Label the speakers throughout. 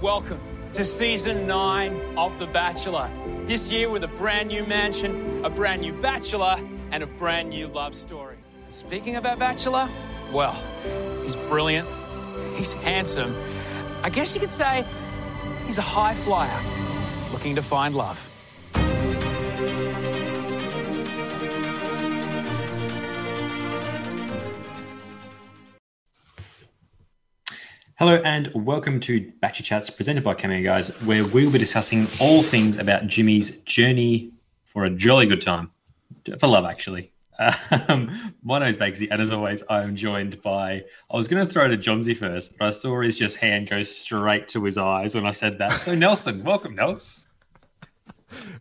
Speaker 1: welcome to season nine of The Bachelor. This year with a brand new mansion, a brand new bachelor, and a brand new love story. Speaking of our bachelor, well, he's brilliant, he's handsome. I guess you could say he's a high flyer looking to find love.
Speaker 2: Hello and welcome to Batchy Chats presented by Cameo Guys, where we'll be discussing all things about Jimmy's journey for a jolly good time. For love, actually. Um, my name's Bakesy, and as always, I'm joined by. I was going to throw to Johnsy first, but I saw his just hand go straight to his eyes when I said that. So, Nelson, welcome, Nels.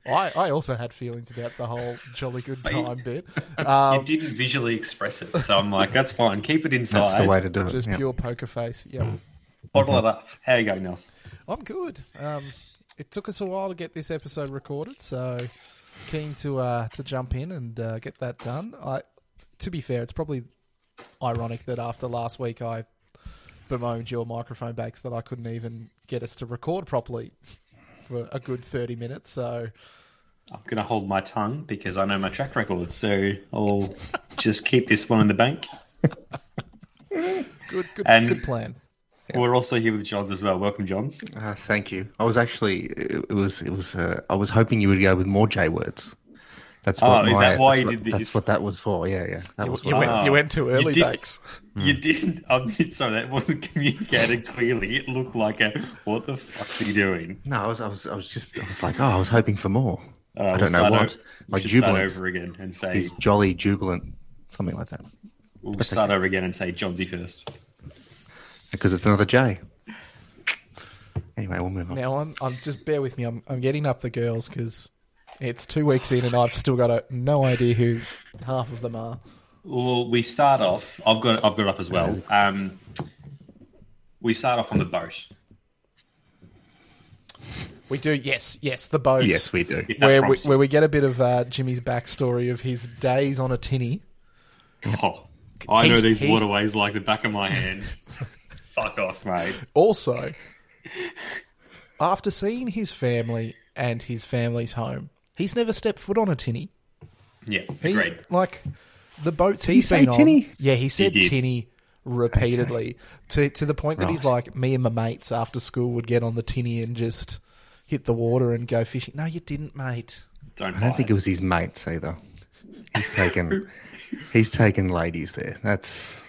Speaker 3: I, I also had feelings about the whole jolly good
Speaker 2: you-
Speaker 3: time bit.
Speaker 2: You
Speaker 3: Um,
Speaker 2: didn't visually express it, so I'm like, that's fine. Keep it inside.
Speaker 4: That's the way to do it.
Speaker 3: just
Speaker 4: yeah. Hmm.
Speaker 3: pure poker face. Yeah,
Speaker 2: Bottle it up. How you going, Nels?
Speaker 3: I'm good. Um, it took us a while to get this episode recorded, so keen to uh, to jump in and uh, get that done. I, to be fair, it's probably ironic that after last week I bemoaned your microphone bakes that I couldn't even get us to record properly for a good thirty minutes. So
Speaker 2: I'm going to hold my tongue because I know my track record, so I'll just keep this one in the bank.
Speaker 3: good, good,
Speaker 2: And-
Speaker 3: good plan.
Speaker 2: We're also here with Johns as well. Welcome, Johns.
Speaker 4: Uh, thank you. I was actually, it, it was, it was. Uh, I was hoping you would go with more J words. That's
Speaker 2: Oh,
Speaker 4: what
Speaker 2: is
Speaker 4: my-
Speaker 2: that why
Speaker 4: that's
Speaker 2: you
Speaker 4: what-
Speaker 2: did this?
Speaker 4: That's what that was for. Yeah, yeah. That
Speaker 3: You,
Speaker 4: was
Speaker 3: you
Speaker 4: what-
Speaker 3: went, you went too
Speaker 2: You
Speaker 3: early,
Speaker 2: did-
Speaker 3: bakes.
Speaker 2: You didn't. I'm sorry, that wasn't communicated clearly. It looked like a what the fuck are you doing?
Speaker 4: No, I was, I was, I was just, I was like, oh, I was hoping for more.
Speaker 2: Uh,
Speaker 4: I
Speaker 2: we'll
Speaker 4: don't know
Speaker 2: start
Speaker 4: what.
Speaker 2: o- we
Speaker 4: Like
Speaker 2: should start
Speaker 4: jubilant.
Speaker 2: over again and say
Speaker 4: He's jolly jubilant, something like that.
Speaker 2: we'll start over again and say Johnsy first.
Speaker 4: Because it's another J. Anyway, we'll move on.
Speaker 3: Now I'm, I'm just bear with me. I'm, I'm getting up the girls because it's two weeks in and I've still got a, no idea who half of them are.
Speaker 2: Well, we start off. I've got. I've got it up as well. Um, we start off on the boat.
Speaker 3: We do, yes, yes, the boats.
Speaker 4: yes, we do.
Speaker 2: If that
Speaker 3: where we,
Speaker 2: prompts-
Speaker 3: where we get a bit of uh, Jimmy's backstory of his days on a tinny.
Speaker 2: Oh, I know
Speaker 3: He's-
Speaker 2: these
Speaker 3: he-
Speaker 2: waterways like the back of my hand. Fuck off, mate.
Speaker 3: Also, after seeing his family and his family's home, he's never stepped foot on a tinny.
Speaker 2: Yeah,
Speaker 3: He's
Speaker 2: agreed.
Speaker 3: like the boats
Speaker 4: he
Speaker 3: he's
Speaker 4: say
Speaker 3: been on.
Speaker 4: tinny?
Speaker 3: Yeah, he said
Speaker 2: He did.
Speaker 3: tinny repeatedly to to the point that he's like me and my mates after school would get on the tinny and just hit the water and go fishing. No, you didn't, mate.
Speaker 2: Don't.
Speaker 4: I don't think it was his mates either. He's taken, he's taken ladies there. That's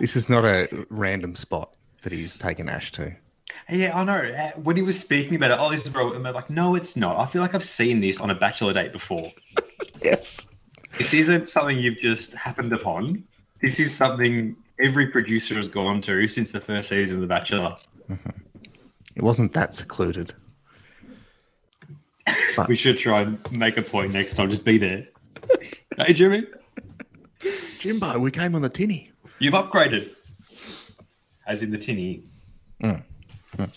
Speaker 4: this is not a random spot that he's taken Ash to.
Speaker 2: Yeah, I know. Uh, When he was speaking about it, oh, this is bro. I'm like, no, it's not. I feel like I've seen this on a bachelor date before.
Speaker 4: Yes,
Speaker 2: This isn't something you've just happened upon. This is something every producer has gone to since the first season of The Bachelor.
Speaker 4: it wasn't that secluded.
Speaker 2: We should try and make a point next time. Just be there. hey, Jimmy,
Speaker 4: Jimbo, we came on the tinny.
Speaker 2: you've upgraded. As in the tinny.
Speaker 4: Mm.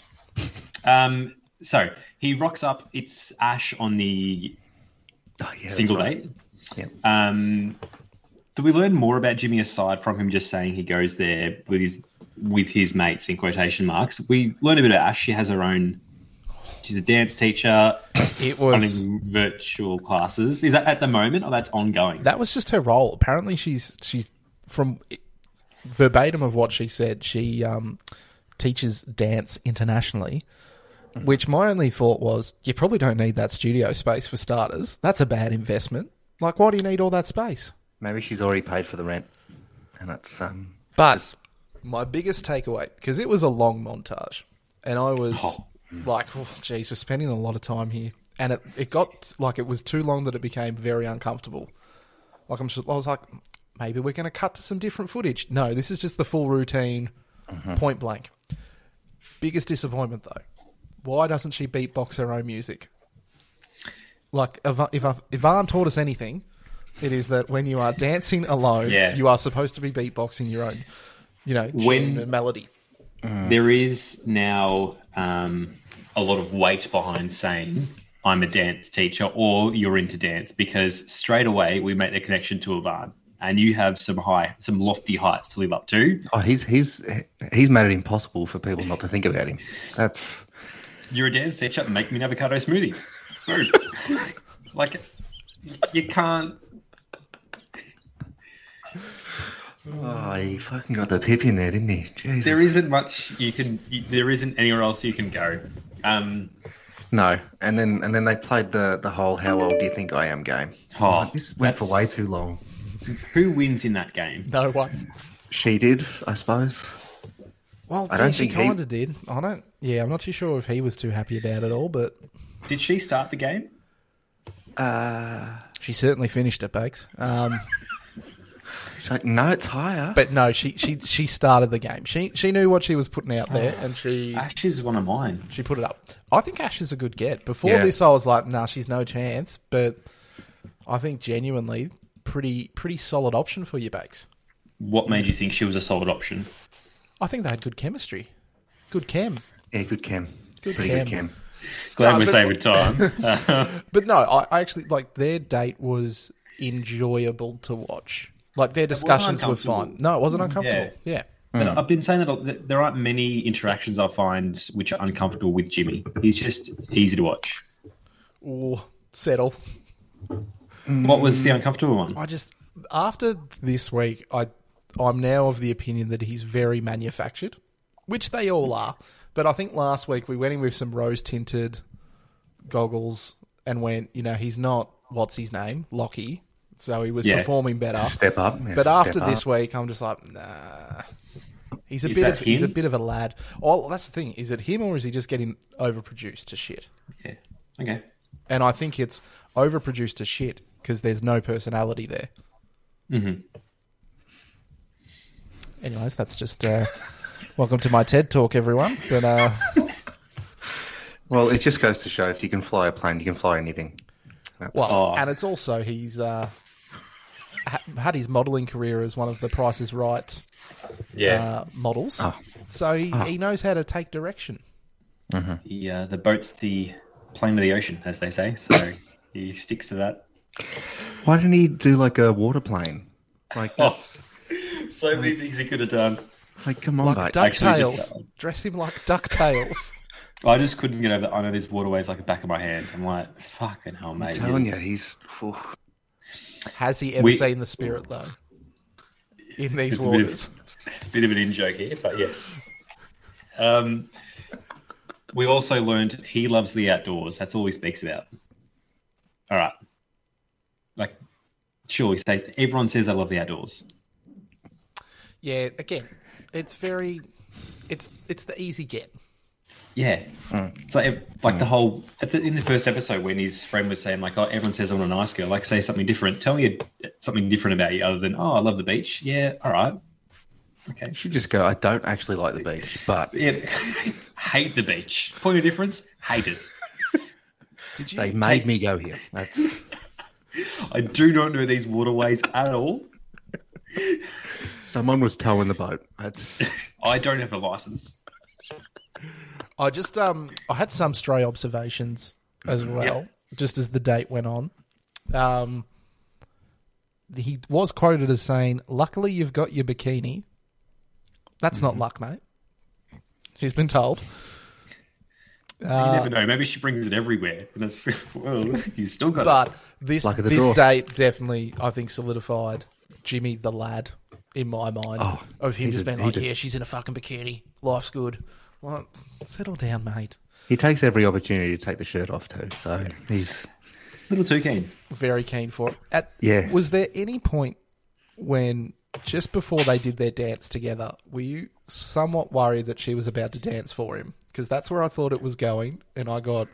Speaker 2: Um, so he rocks up. It's Ash on the
Speaker 4: Oh, yeah, that's
Speaker 2: single
Speaker 4: right.
Speaker 2: date.
Speaker 4: Yeah.
Speaker 2: Um, do we learn more about Jimmy aside from him just saying he goes there with his with his mates in quotation marks? We learn a bit about Ash. She has her own. She's a dance teacher
Speaker 3: It was
Speaker 2: running virtual classes. Is that at the moment or that's ongoing?
Speaker 3: that was just her role. Apparently, she's she's from verbatim of what she said. She um, teaches dance internationally. Which my only thought was, you probably don't need that studio space for starters. That's a bad investment. Like, why do you need all that space?
Speaker 4: Maybe she's already paid for the rent, and it's um.
Speaker 3: But my biggest takeaway, because it was a long montage, and I was like, oh, geez, we're spending a lot of time here. And it, it got like it was too long that it became very uncomfortable. Like I'm just, I was like, maybe we're going to cut to some different footage. No, this is just the full routine, point blank. Biggest disappointment though, why doesn't she beatbox her own music? Like Ivan, if Ivan taught us anything, it is that when you are dancing alone,
Speaker 2: Yeah.
Speaker 3: you are supposed to be beatboxing your own, you know, tune
Speaker 2: When-
Speaker 3: and melody.
Speaker 2: There is now um, a lot of weight behind saying I'm a dance teacher or you're into dance because straight away we make the connection to Ivan. and you have some high, some lofty heights to live up to.
Speaker 4: Oh, he's he's he's made it impossible for people not to think about him. That's
Speaker 2: You're a dance teacher. Make me an avocado smoothie. Boom. like you can't.
Speaker 4: oh, he fucking got the pip in there, didn't he? Jesus.
Speaker 2: There isn't much you can. You, there isn't anywhere else you can go. Um,
Speaker 4: no, and then and then they played the the whole "How old do you think I am?" game.
Speaker 2: oh,
Speaker 4: Like, this went for
Speaker 2: that's-
Speaker 4: way too long.
Speaker 2: Who wins in that game?
Speaker 3: No one.
Speaker 4: She did, I suppose.
Speaker 3: Well,
Speaker 4: I don't
Speaker 3: yeah, she
Speaker 4: think he-
Speaker 3: kind of did. I don't. Yeah, I'm not too sure if he was too happy about it all, but
Speaker 2: Did she start the game?
Speaker 4: Uh,
Speaker 3: she certainly finished it, Bakes. Um,
Speaker 4: she's like, no, it's higher.
Speaker 3: but no, she, she she started the game. She she knew what she was putting out there, and she
Speaker 2: Ash is one of mine.
Speaker 3: she put it up. I think Ash is a good get. Before
Speaker 4: Yeah.
Speaker 3: this, I was like, nah, she's no chance. But I think genuinely, pretty pretty solid option for you, Bakes.
Speaker 2: What made you think she was a solid option?
Speaker 3: I think they had good chemistry, good chem.
Speaker 4: yeah, good chem.
Speaker 3: Good
Speaker 4: Pretty good
Speaker 3: chem.
Speaker 4: chem.
Speaker 2: Glad
Speaker 3: No,
Speaker 2: we're
Speaker 3: Uh, but- Hmm.
Speaker 2: saving time.
Speaker 3: But no, I, I actually like their date was enjoyable to watch. Like their discussions were fine.
Speaker 2: uncomfortable.
Speaker 3: No, it wasn't uncomfortable. Yeah.
Speaker 2: But I've been saying that, that there aren't many interactions I find which are uncomfortable with Jimmy. He's just easy to watch.
Speaker 3: Or settle.
Speaker 2: What was the uncomfortable one?
Speaker 3: Hmm. I just after this week, I I'm now of the opinion that he's very manufactured, which they all are. But I think last week we went in with some rose tinted goggles and went, you know, he's not what's his name, Lockie. So he was
Speaker 2: Yeah.
Speaker 3: performing better.
Speaker 4: Step up. yeah,
Speaker 3: But
Speaker 4: step
Speaker 3: after
Speaker 4: up.
Speaker 3: this week, I'm just like, nah. He's a
Speaker 2: Is
Speaker 3: bit
Speaker 2: that
Speaker 3: of he's a
Speaker 2: him?
Speaker 3: bit of a lad. Oh, that's the thing. Is it him or is he just getting overproduced to shit?
Speaker 2: Yeah. Okay.
Speaker 3: And I think it's overproduced to shit because there's no personality there. Mm-hmm. Anyways, that's just uh, welcome to my TED talk, everyone. But uh,
Speaker 4: Well, it just goes to show if you can fly a plane, you can fly anything. That's,
Speaker 3: well,
Speaker 2: Oh.
Speaker 3: and it's also he's uh, ha- had his modelling career as one of the Price is Right
Speaker 2: Yeah.
Speaker 3: uh, models,
Speaker 2: Ah.
Speaker 3: so he, he knows how to take direction.
Speaker 2: the, uh, the boat's the plane of the ocean, as they say. So he sticks to that.
Speaker 4: why didn't he do like a water plane? Like
Speaker 3: Oh.
Speaker 4: that's
Speaker 2: So many things he could have done.
Speaker 4: like come on,
Speaker 3: Like
Speaker 4: mate.
Speaker 2: actually
Speaker 3: Ducktales,
Speaker 2: just- um,
Speaker 3: dress him like Ducktales.
Speaker 2: I just couldn't get over that. I know this waterway's like the back of my hand. I'm like, fucking hell, mate.
Speaker 4: I'm telling you, he's. phew.
Speaker 3: Has he ever
Speaker 2: We-
Speaker 3: seen the spirit though? In these
Speaker 2: It's a bit of-
Speaker 3: waters,
Speaker 2: bit of an in joke here, but yes. Um, we also learned he loves the outdoors. That's all he speaks about. All right. Like, sure, he say, everyone says they love the outdoors.
Speaker 3: yeah. Again, it's very, it's it's the easy get.
Speaker 2: Yeah. It's like, like the whole, at the, in the first episode when his friend was saying, like, oh, everyone says I'm a nice girl. Like, say something different. Tell me a, something different about you other than, oh, I love the beach. Yeah, all right. Okay.
Speaker 4: You just go. I don't actually like the beach, but
Speaker 2: Yeah. hate the beach. Point of difference, hate it.
Speaker 3: Did you?
Speaker 4: they
Speaker 3: take-
Speaker 4: made me go here. That's
Speaker 2: I do not know these waterways at all.
Speaker 4: someone was towing the boat. That's
Speaker 2: I don't have a license.
Speaker 3: I just um I had some stray observations as well, just as the date went on. Um, he was quoted as saying, "Luckily, you've got your bikini." That's not
Speaker 2: Mm-hmm.
Speaker 3: luck, mate. She's been told.
Speaker 2: you never know. Maybe she brings it everywhere, and it's well, he's still got
Speaker 3: But this
Speaker 4: Luck of the
Speaker 3: this
Speaker 4: draw.
Speaker 3: date definitely, I think, solidified Jimmy the lad in my mind
Speaker 4: Oh,
Speaker 3: of him
Speaker 4: he's
Speaker 3: just
Speaker 4: a-
Speaker 3: being
Speaker 4: he's
Speaker 3: like,
Speaker 4: a-
Speaker 3: "Yeah, she's in a fucking bikini. Life's good." Well, settle down, mate.
Speaker 4: he takes every opportunity to take the shirt off too. So he's
Speaker 2: it. Little too keen.
Speaker 3: very keen for it. At,
Speaker 4: Yeah.
Speaker 3: Was there any point when just before they did their dance together, were you somewhat worried that she was about to dance for him? Because that's where I thought it was going, and I got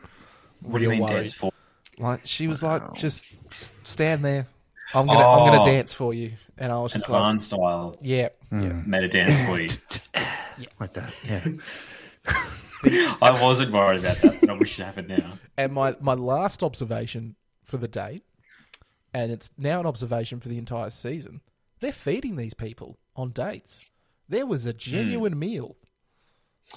Speaker 2: What do you
Speaker 3: real
Speaker 2: mean
Speaker 3: worried.
Speaker 2: dance for?
Speaker 3: Like she was like, just s- stand there. I'm gonna, I'm
Speaker 2: Oh.
Speaker 3: gonna dance for you, and I was
Speaker 2: An
Speaker 3: just like,
Speaker 2: Arn style
Speaker 3: yeah,
Speaker 4: Hmm.
Speaker 3: yeah.
Speaker 2: made a dance for you.
Speaker 4: like that. Yeah.
Speaker 2: I wasn't worried about that, but I wish it happened now.
Speaker 3: And my my last observation for the date, and it's now an observation for the entire season. They're feeding these people on dates. There was a genuine meal
Speaker 4: Hmm.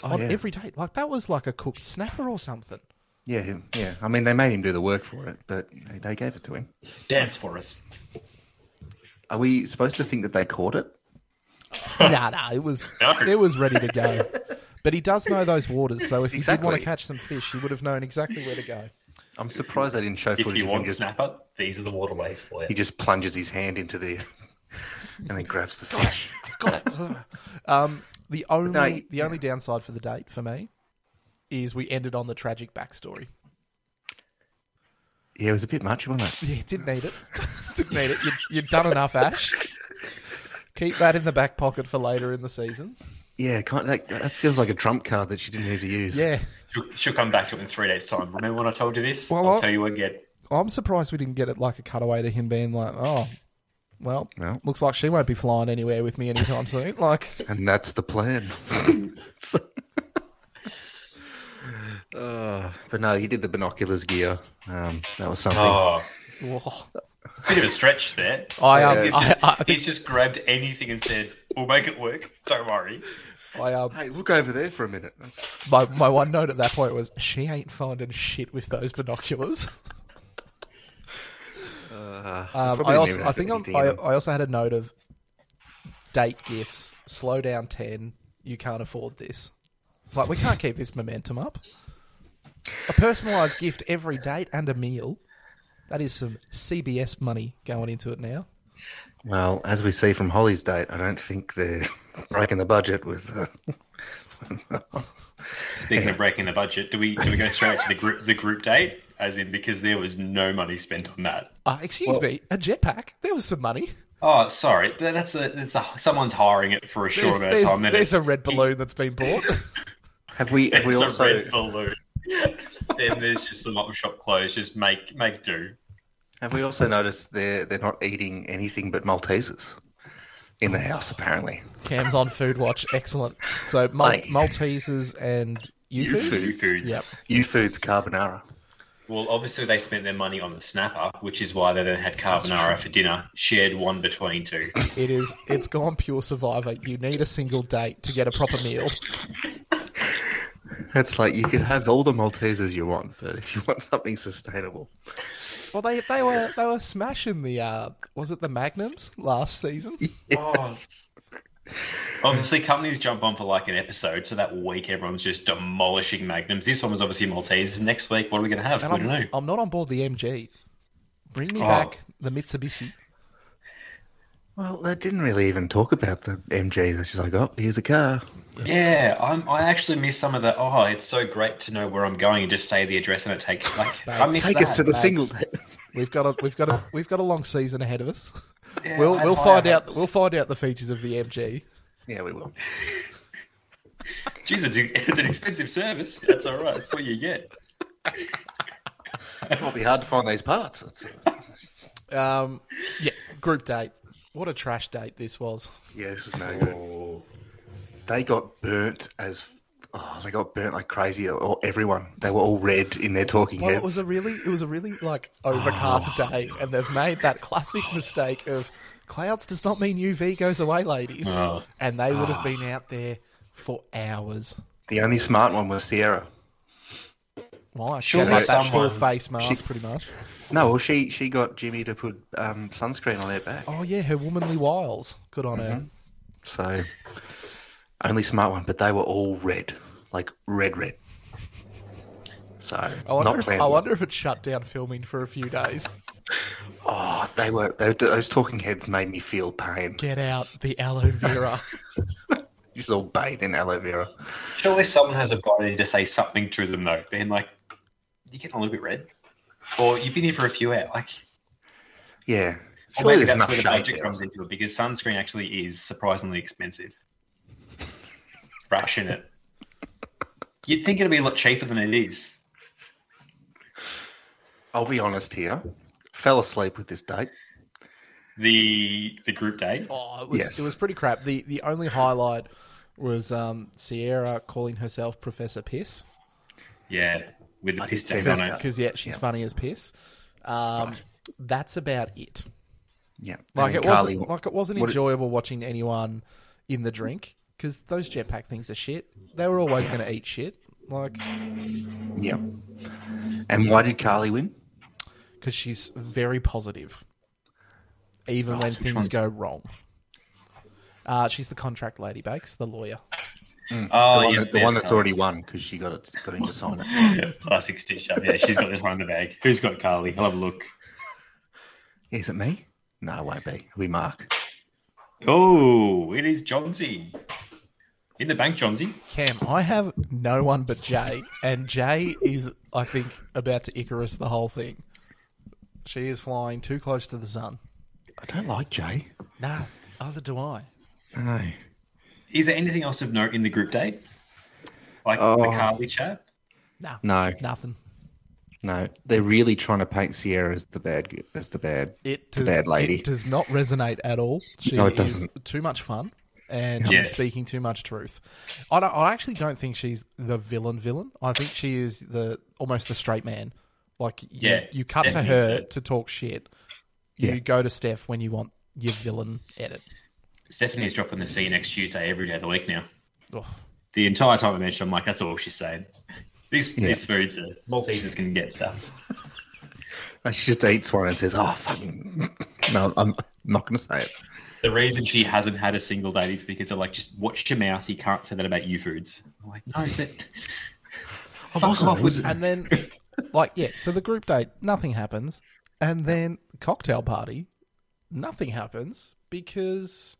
Speaker 4: Oh,
Speaker 3: on
Speaker 4: yeah.
Speaker 3: every date. Like that was like a cooked snapper or something.
Speaker 4: yeah. him- Yeah. I mean, they made him do the work for it, but they- they gave it to him.
Speaker 2: Dance for us.
Speaker 4: Are we supposed to think that they caught it?
Speaker 3: nah, nah, it was
Speaker 2: No.
Speaker 3: it was ready to go. But he does know those waters, so if he did want
Speaker 4: Exactly.
Speaker 3: to catch some fish, he would have known exactly where to go.
Speaker 4: I'm surprised they didn't show
Speaker 2: If
Speaker 4: footage
Speaker 2: you
Speaker 4: of
Speaker 2: want
Speaker 4: him just
Speaker 2: snapper, these are the waterways for
Speaker 4: he
Speaker 2: you.
Speaker 4: just plunges his hand into the and then grabs the fish.
Speaker 3: Got it. um, the only
Speaker 4: No, you-
Speaker 3: the only downside for the date for me is we ended on the tragic backstory.
Speaker 4: Yeah, it was a bit much, wasn't it?
Speaker 3: Yeah, didn't need it. didn't need it. You, you've done enough, Ash. Keep that in the back pocket for later in the season.
Speaker 4: Yeah, kind of, that, that feels like a trump card that she didn't need to use.
Speaker 3: Yeah,
Speaker 2: She'll, she'll come back to it in three days' time. Remember when I told you this?
Speaker 3: Well,
Speaker 2: I'll
Speaker 3: I-
Speaker 2: tell you again.
Speaker 3: I'm surprised we didn't get it like a cutaway to him being like, "Oh, well,
Speaker 4: Well.
Speaker 3: looks like she won't be flying anywhere with me anytime soon." Like,
Speaker 4: and that's the plan. So- Uh, but no, he did the binoculars gear. Um, that was something.
Speaker 2: Oh,
Speaker 3: whoa.
Speaker 2: bit of a stretch there.
Speaker 3: I um,
Speaker 4: Yeah,
Speaker 2: He's
Speaker 3: I,
Speaker 2: just,
Speaker 3: I, I think
Speaker 2: he's just grabbed anything and said, "We'll make it work. Don't worry."
Speaker 3: I um,
Speaker 4: Hey, look over there for a minute. That's...
Speaker 3: my my one note at that point was she ain't finding shit with those binoculars. Um, I also, I think I'm, I, I also had a note of date gifts. Slow down ten. You can't afford this. Like we can't keep this momentum up. A personalised gift every date and a meal. That is some CBS money going into it now.
Speaker 4: Well, as we see from Holly's date, I don't think they're breaking the budget with. Uh...
Speaker 2: Speaking of breaking the budget, do we do we go straight to the group the group date? As in, because there was no money spent on that.
Speaker 3: Uh, excuse me, a jetpack. There was some money.
Speaker 2: Oh, sorry. Th- That's a that's a someone's hiring it for a short
Speaker 3: There's,
Speaker 2: amount of
Speaker 3: there's-
Speaker 2: time. and
Speaker 3: there's a
Speaker 2: it's-
Speaker 3: red balloon that's been bought.
Speaker 4: Have we? Have
Speaker 2: It's
Speaker 4: we
Speaker 2: a
Speaker 4: also?
Speaker 2: red balloon. then there's just some op shop clothes. Just make make do.
Speaker 4: Have we also noticed they're they're not eating anything but Maltesers in the house? Apparently,
Speaker 3: Cam's on Food Watch. Excellent. So Mal-
Speaker 4: Aye.
Speaker 3: Maltesers and you
Speaker 2: Food
Speaker 3: foods.
Speaker 2: foods.
Speaker 3: Yep.
Speaker 4: U Foods carbonara.
Speaker 2: Well, obviously they spent their money on the snapper, which is why they then had carbonara for dinner, shared one between two.
Speaker 3: It is. It's gone pure survivor. You need a single date to get a proper meal.
Speaker 4: That's like you could have all the Maltesers you want, but if you want something sustainable,
Speaker 3: Well, they they were they were smashing the uh, was it the Magnums last season?
Speaker 2: Oh. Obviously, companies jump on for like an episode, so that week everyone's just demolishing magnums. This one was obviously Maltese. Next week, what are we going to have?
Speaker 3: And
Speaker 2: we don't know.
Speaker 3: I'm, I'm not on board the MG. Bring me
Speaker 2: Oh.
Speaker 3: back the Mitsubishi.
Speaker 4: well, they didn't really even talk about the MG. They're just like, oh, here's a car.
Speaker 2: Yeah, I'm, I actually miss some of the. Oh, it's so great to know where I'm going and just say the address and it takes like I
Speaker 3: Thanks.
Speaker 2: miss
Speaker 4: Take
Speaker 2: that.
Speaker 4: us to the
Speaker 3: thanks.
Speaker 4: single. date.
Speaker 3: We've got a we've got a we've got a long season ahead of us.
Speaker 2: Yeah,
Speaker 3: we'll
Speaker 2: I
Speaker 3: we'll
Speaker 2: had
Speaker 3: find
Speaker 2: high
Speaker 3: out
Speaker 2: hopes.
Speaker 3: we'll find out the features of the MG.
Speaker 4: Yeah, we will.
Speaker 2: Jeez, it's, a- it's an expensive service. That's all right. That's what you get.
Speaker 4: It'll be hard to find these parts. That's
Speaker 3: Um, yeah, group date. What a trash date this was.
Speaker 4: Yeah, this was no good.
Speaker 3: Oh.
Speaker 4: They got burnt as oh, they got burnt like crazy. Or everyone, they were all red in their talking
Speaker 3: Well,
Speaker 4: heads.
Speaker 3: it was a really, it was a really like overcast day, and they've made that classic mistake of clouds does not mean UV goes away, ladies.
Speaker 2: Oh.
Speaker 3: And they would have been out there for hours.
Speaker 4: The only smart one was Sierra.
Speaker 3: Why? She
Speaker 2: Surely
Speaker 3: had like that
Speaker 2: someone-
Speaker 3: full face mask,
Speaker 4: she-
Speaker 3: pretty much.
Speaker 4: No, well, she she got Jimmy to put um, sunscreen on their back.
Speaker 3: Oh yeah, her womanly wiles. Good on her.
Speaker 4: So only smart one, but they were all red, like red, red. So
Speaker 3: I wonder,
Speaker 4: not
Speaker 3: if,
Speaker 4: planned.
Speaker 3: I wonder if it shut down filming for a few days.
Speaker 4: Oh, they were they, those talking heads made me feel pain.
Speaker 3: Get out the aloe vera.
Speaker 4: Just all bathed in aloe vera.
Speaker 2: Surely someone has a body to say something to them though, being like, "You're getting a little bit red," or "You've been here for a few hours." Like,
Speaker 4: Yeah,
Speaker 2: or
Speaker 4: surely
Speaker 2: maybe
Speaker 4: there's
Speaker 2: that's
Speaker 4: enough
Speaker 2: where the
Speaker 4: shade
Speaker 2: budget
Speaker 4: there.
Speaker 2: comes into it because sunscreen actually is surprisingly expensive. Ration it. You'd think it'd be a lot cheaper than it is.
Speaker 4: I'll be honest here. Fell asleep with this date.
Speaker 2: The the group date.
Speaker 3: Oh, it was
Speaker 4: Yes.
Speaker 3: it was pretty crap. The the only highlight was um, Sierra calling herself Professor Piss.
Speaker 2: Yeah, with the
Speaker 4: I
Speaker 2: piss
Speaker 4: did
Speaker 2: tape
Speaker 4: see
Speaker 2: on
Speaker 4: that.
Speaker 2: it.
Speaker 3: because yeah, she's funny as piss. Um, That's about it.
Speaker 4: Yeah,
Speaker 3: Like it
Speaker 4: And then Carly-
Speaker 3: wasn't like it wasn't
Speaker 4: what-
Speaker 3: enjoyable watching anyone in the drink because those jetpack things are shit. They were always going to eat shit, like
Speaker 4: Yeah. And why did Carly win?
Speaker 3: because she's very positive. even
Speaker 2: Oh,
Speaker 3: when
Speaker 2: which
Speaker 3: things
Speaker 2: one's-
Speaker 3: go wrong. Uh, she's the contract lady, Bakes, the lawyer.
Speaker 2: Oh,
Speaker 4: the one,
Speaker 2: yeah,
Speaker 4: that, the
Speaker 2: there's
Speaker 4: one that's
Speaker 2: Carly.
Speaker 4: already won because she got it, got him to sign it.
Speaker 2: Classic stitch up. Yeah, she's got this one in the bag. Who's got Carly? I'll have a look.
Speaker 4: Is it me? No, it won't be. It'll be Mark.
Speaker 2: Oh, it is Johnsy. In the bank, Johnsy.
Speaker 3: Cam, I have no one but Jay, and Jay is, I think, about to Icarus the whole thing. She is flying too close to the sun.
Speaker 4: I don't like Jay.
Speaker 3: Nah, neither do I.
Speaker 4: No.
Speaker 2: Is there anything else of note in the group date? Like the
Speaker 4: Oh.
Speaker 2: Carly chat?
Speaker 3: Nah,
Speaker 4: No.
Speaker 3: nothing.
Speaker 4: No. They're really trying to paint Sierra as the bad g- as the bad.
Speaker 3: It
Speaker 4: The
Speaker 3: does,
Speaker 4: bad lady.
Speaker 3: it does not resonate at all. She
Speaker 4: No, it
Speaker 3: is
Speaker 4: doesn't.
Speaker 3: too much fun, and
Speaker 2: Yeah.
Speaker 3: she's speaking too much truth. I, don't, I actually don't think she's the villain villain. I think she is the almost the straight man. Like you,
Speaker 2: Yeah,
Speaker 3: you cut
Speaker 2: Steph
Speaker 3: to
Speaker 2: is
Speaker 3: her
Speaker 2: the-
Speaker 3: to talk shit.
Speaker 4: Yeah.
Speaker 3: You go to Steph when you want your villain edit.
Speaker 2: Stephanie's dropping the C next Tuesday every day of the week now.
Speaker 3: Ugh.
Speaker 2: The entire time I mentioned, I'm like, that's all she's saying. These,
Speaker 4: Yeah.
Speaker 2: these foods are Maltesers can get stuffed.
Speaker 4: Uh, She just eats one and says, "Oh, fucking." No, I'm not going to say it.
Speaker 2: The reason she hasn't had a single date is because they're like, just watch your mouth. You can't say that about you foods. I'm like, no, but
Speaker 4: I wasn't.
Speaker 2: off,
Speaker 4: It
Speaker 2: was
Speaker 4: was
Speaker 2: it?
Speaker 3: And then, like, yeah, so the group date, nothing happens. And then cocktail party, nothing happens because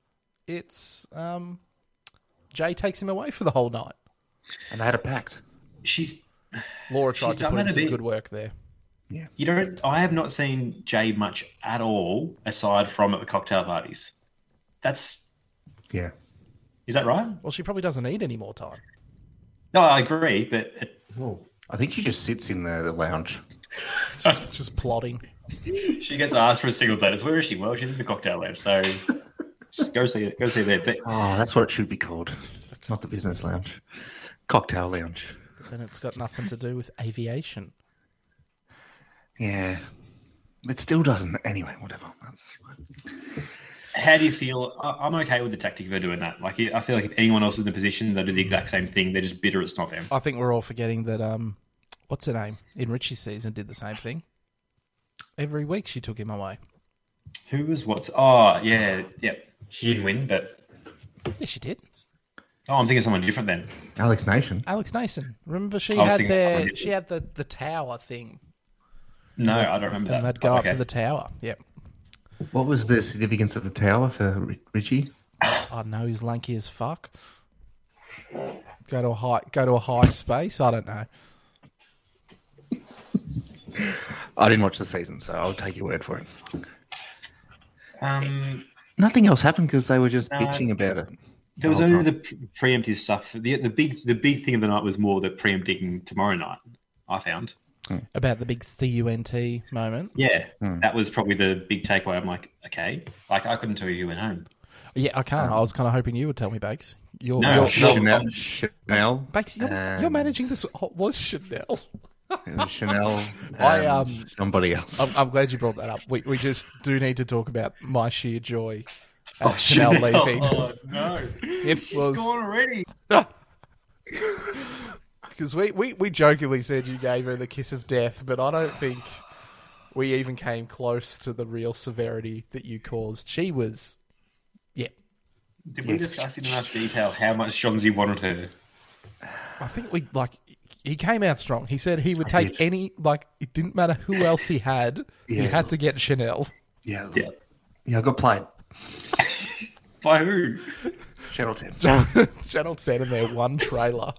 Speaker 3: it's um, Jay takes him away for the whole night.
Speaker 4: and they had a pact.
Speaker 2: she's
Speaker 3: Laura tried
Speaker 2: She's
Speaker 3: to
Speaker 2: done
Speaker 3: put in
Speaker 2: that a
Speaker 3: some
Speaker 2: bit.
Speaker 3: good work there.
Speaker 4: Yeah.
Speaker 2: You don't. I have not seen Jay much at all, aside from at the cocktail parties. That's
Speaker 4: Yeah.
Speaker 2: is that right?
Speaker 3: Well, she probably doesn't need any more time.
Speaker 2: No, I agree, but it,
Speaker 4: I think she just sits in the, the lounge.
Speaker 2: Uh,
Speaker 3: Just plotting.
Speaker 2: she gets asked for a single date. It's, Where is she? Well, she's in the cocktail lounge, so just go see go see there. But
Speaker 4: Oh, that's what it should be called. Not the business lounge. Cocktail lounge.
Speaker 3: But then it's got nothing to do with aviation.
Speaker 4: Yeah. It still doesn't. Anyway, whatever. That's
Speaker 2: how do you feel? I, I'm okay with the tactic of her doing that. Like, I feel like if anyone else was in the position, they do the exact same thing. They're just bitter it's not them.
Speaker 3: I think we're all forgetting that, um, what's her name? In Richie's season did the same thing. Every week she took him away.
Speaker 2: Who was what's? Oh, yeah, yeah. She didn't win, but
Speaker 3: Yeah, she did.
Speaker 2: oh, I'm thinking of someone different then.
Speaker 4: Alex Nation.
Speaker 3: Alex Nason. Remember she
Speaker 2: I was
Speaker 3: had
Speaker 2: thinking someone
Speaker 3: the
Speaker 2: different.
Speaker 3: she had the, the tower thing.
Speaker 2: No, I don't remember
Speaker 3: And
Speaker 2: that.
Speaker 3: they'd go up
Speaker 2: Uh, Okay.
Speaker 3: to the tower. Yep.
Speaker 4: What was the significance of the tower for Ri- Richie?
Speaker 3: I know he's lanky as fuck. Go to a high go to a high space. I don't know.
Speaker 4: I didn't watch the season, so I'll take your word for it.
Speaker 2: Um,
Speaker 4: Nothing else happened because they were just
Speaker 2: No.
Speaker 4: bitching about it.
Speaker 2: There was
Speaker 4: whole
Speaker 2: only
Speaker 4: time.
Speaker 2: the pre- preemptive stuff. The, the big the big thing of the night was more the preempting tomorrow night. I found.
Speaker 3: About the big CUNT moment.
Speaker 2: Yeah, that was probably the big takeaway. I'm like, okay, like I couldn't tell you who went home.
Speaker 3: Yeah, I can't. I was kind of hoping you would tell me, Bakes. You're,
Speaker 2: Um, No,
Speaker 3: you're
Speaker 2: sure.
Speaker 4: Chanel.
Speaker 2: um,
Speaker 4: Chanel.
Speaker 3: Bakes, you're, you're
Speaker 4: um,
Speaker 3: managing this. Oh, was Chanel?
Speaker 4: it was Chanel.
Speaker 3: I,
Speaker 4: and
Speaker 3: um,
Speaker 4: somebody else.
Speaker 3: I'm, I'm glad you brought that up. We, we just do need to talk about my sheer joy at Chanel, leaving.
Speaker 2: Oh no,
Speaker 3: It was
Speaker 2: gone already.
Speaker 3: Because we, we, we jokingly said you gave her the kiss of death, but I don't think we even came close to the real severity that you caused. She was, yeah,
Speaker 2: Did we discuss in enough detail how much Johnsy wanted her?
Speaker 3: I think we like he came out strong. He said he would take any like it didn't matter who else he had, he
Speaker 4: Yeah.
Speaker 3: had to get Chanel.
Speaker 4: yeah,
Speaker 2: Yeah,
Speaker 4: yeah, I got played.
Speaker 2: by who?
Speaker 4: Channel 10.
Speaker 3: Chanel said in their one trailer.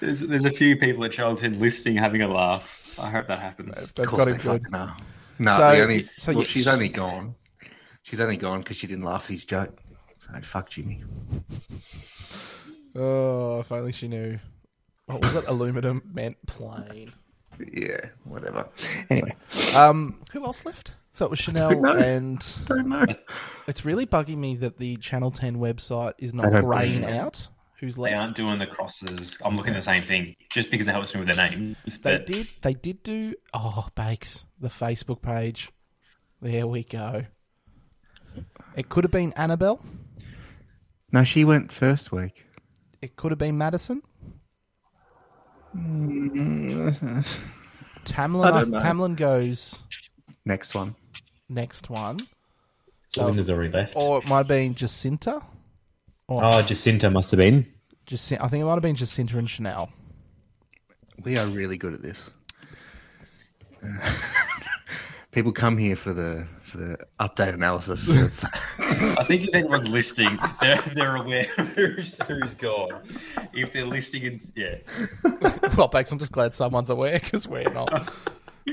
Speaker 2: There's there's a few people at Charlton listening, having a laugh. I hope that happens.
Speaker 3: They've
Speaker 4: Of course
Speaker 3: got him
Speaker 4: they
Speaker 3: good.
Speaker 4: fucking are. No,
Speaker 3: So-
Speaker 4: the only,
Speaker 3: so
Speaker 4: well,
Speaker 3: you-
Speaker 4: she's only gone. She's only gone because she didn't laugh at his joke. So fuck Jimmy.
Speaker 3: Oh, if only she knew. What was it? Aluminum meant plane.
Speaker 4: Yeah, whatever. Anyway,
Speaker 3: Um, who else left? So it was Chanel
Speaker 4: know.
Speaker 3: and
Speaker 4: don't know.
Speaker 3: It's really bugging me that the Channel 10 website is not
Speaker 4: They don't
Speaker 3: graying
Speaker 4: bring it.
Speaker 3: out who's
Speaker 2: They
Speaker 3: left.
Speaker 2: aren't doing the crosses. I'm looking at the same thing just because it helps me with their names.
Speaker 3: They
Speaker 2: but-
Speaker 3: did. They did do. Oh, bakes the Facebook page. There we go. It could have been Annabelle.
Speaker 4: No, she went first week.
Speaker 3: It could have been Madison. Tamlin. I Tamlin goes
Speaker 4: Next one.
Speaker 3: next one.
Speaker 2: Linda's already left.
Speaker 3: Or it might have been Jacinta.
Speaker 2: Oh, Jacinta must have been.
Speaker 3: Jacin- I think it might have been Jacinta and Chanel.
Speaker 4: We are really good at this. People come here for the for the update analysis. Of,
Speaker 2: I think if anyone's listening, they're, they're aware of who's, who's gone. If they're listening, and, yeah.
Speaker 3: Well, Bex, I'm just glad someone's aware because we're not.